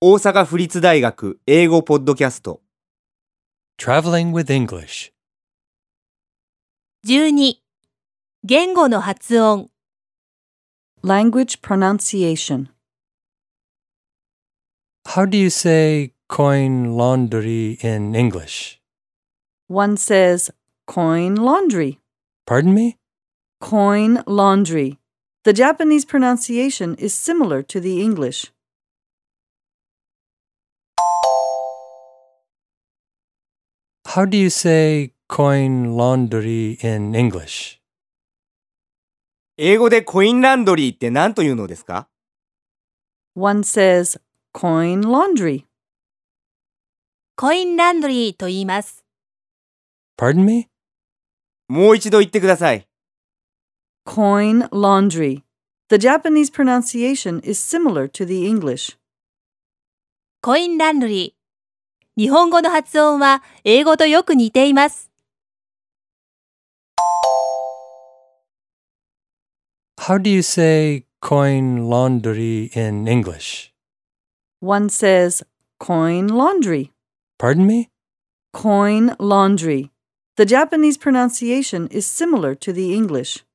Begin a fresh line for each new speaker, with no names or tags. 大阪府立大学英語ポッドキャスト
Traveling with English.
12. 言語の発音
Language pronunciation.
How do you say coin laundry in English?
One says coin laundry.
Pardon me?
Coin laundry. The Japanese pronunciation is similar to the English.
「How do you say coin laundry in English?
英語でコインランドリーって何というのですか
One says coin laundry.
コインランドリーと言います。
Pardon me?
もう一度言ってください
Coin laundry. The Japanese pronunciation is similar to the English.
コインランドリー。日本語の発音は英語とよく似ています。
How do you say coin laundry in English?
One says coin laundry.
Pardon me?
Coin laundry. The Japanese pronunciation is similar to the English.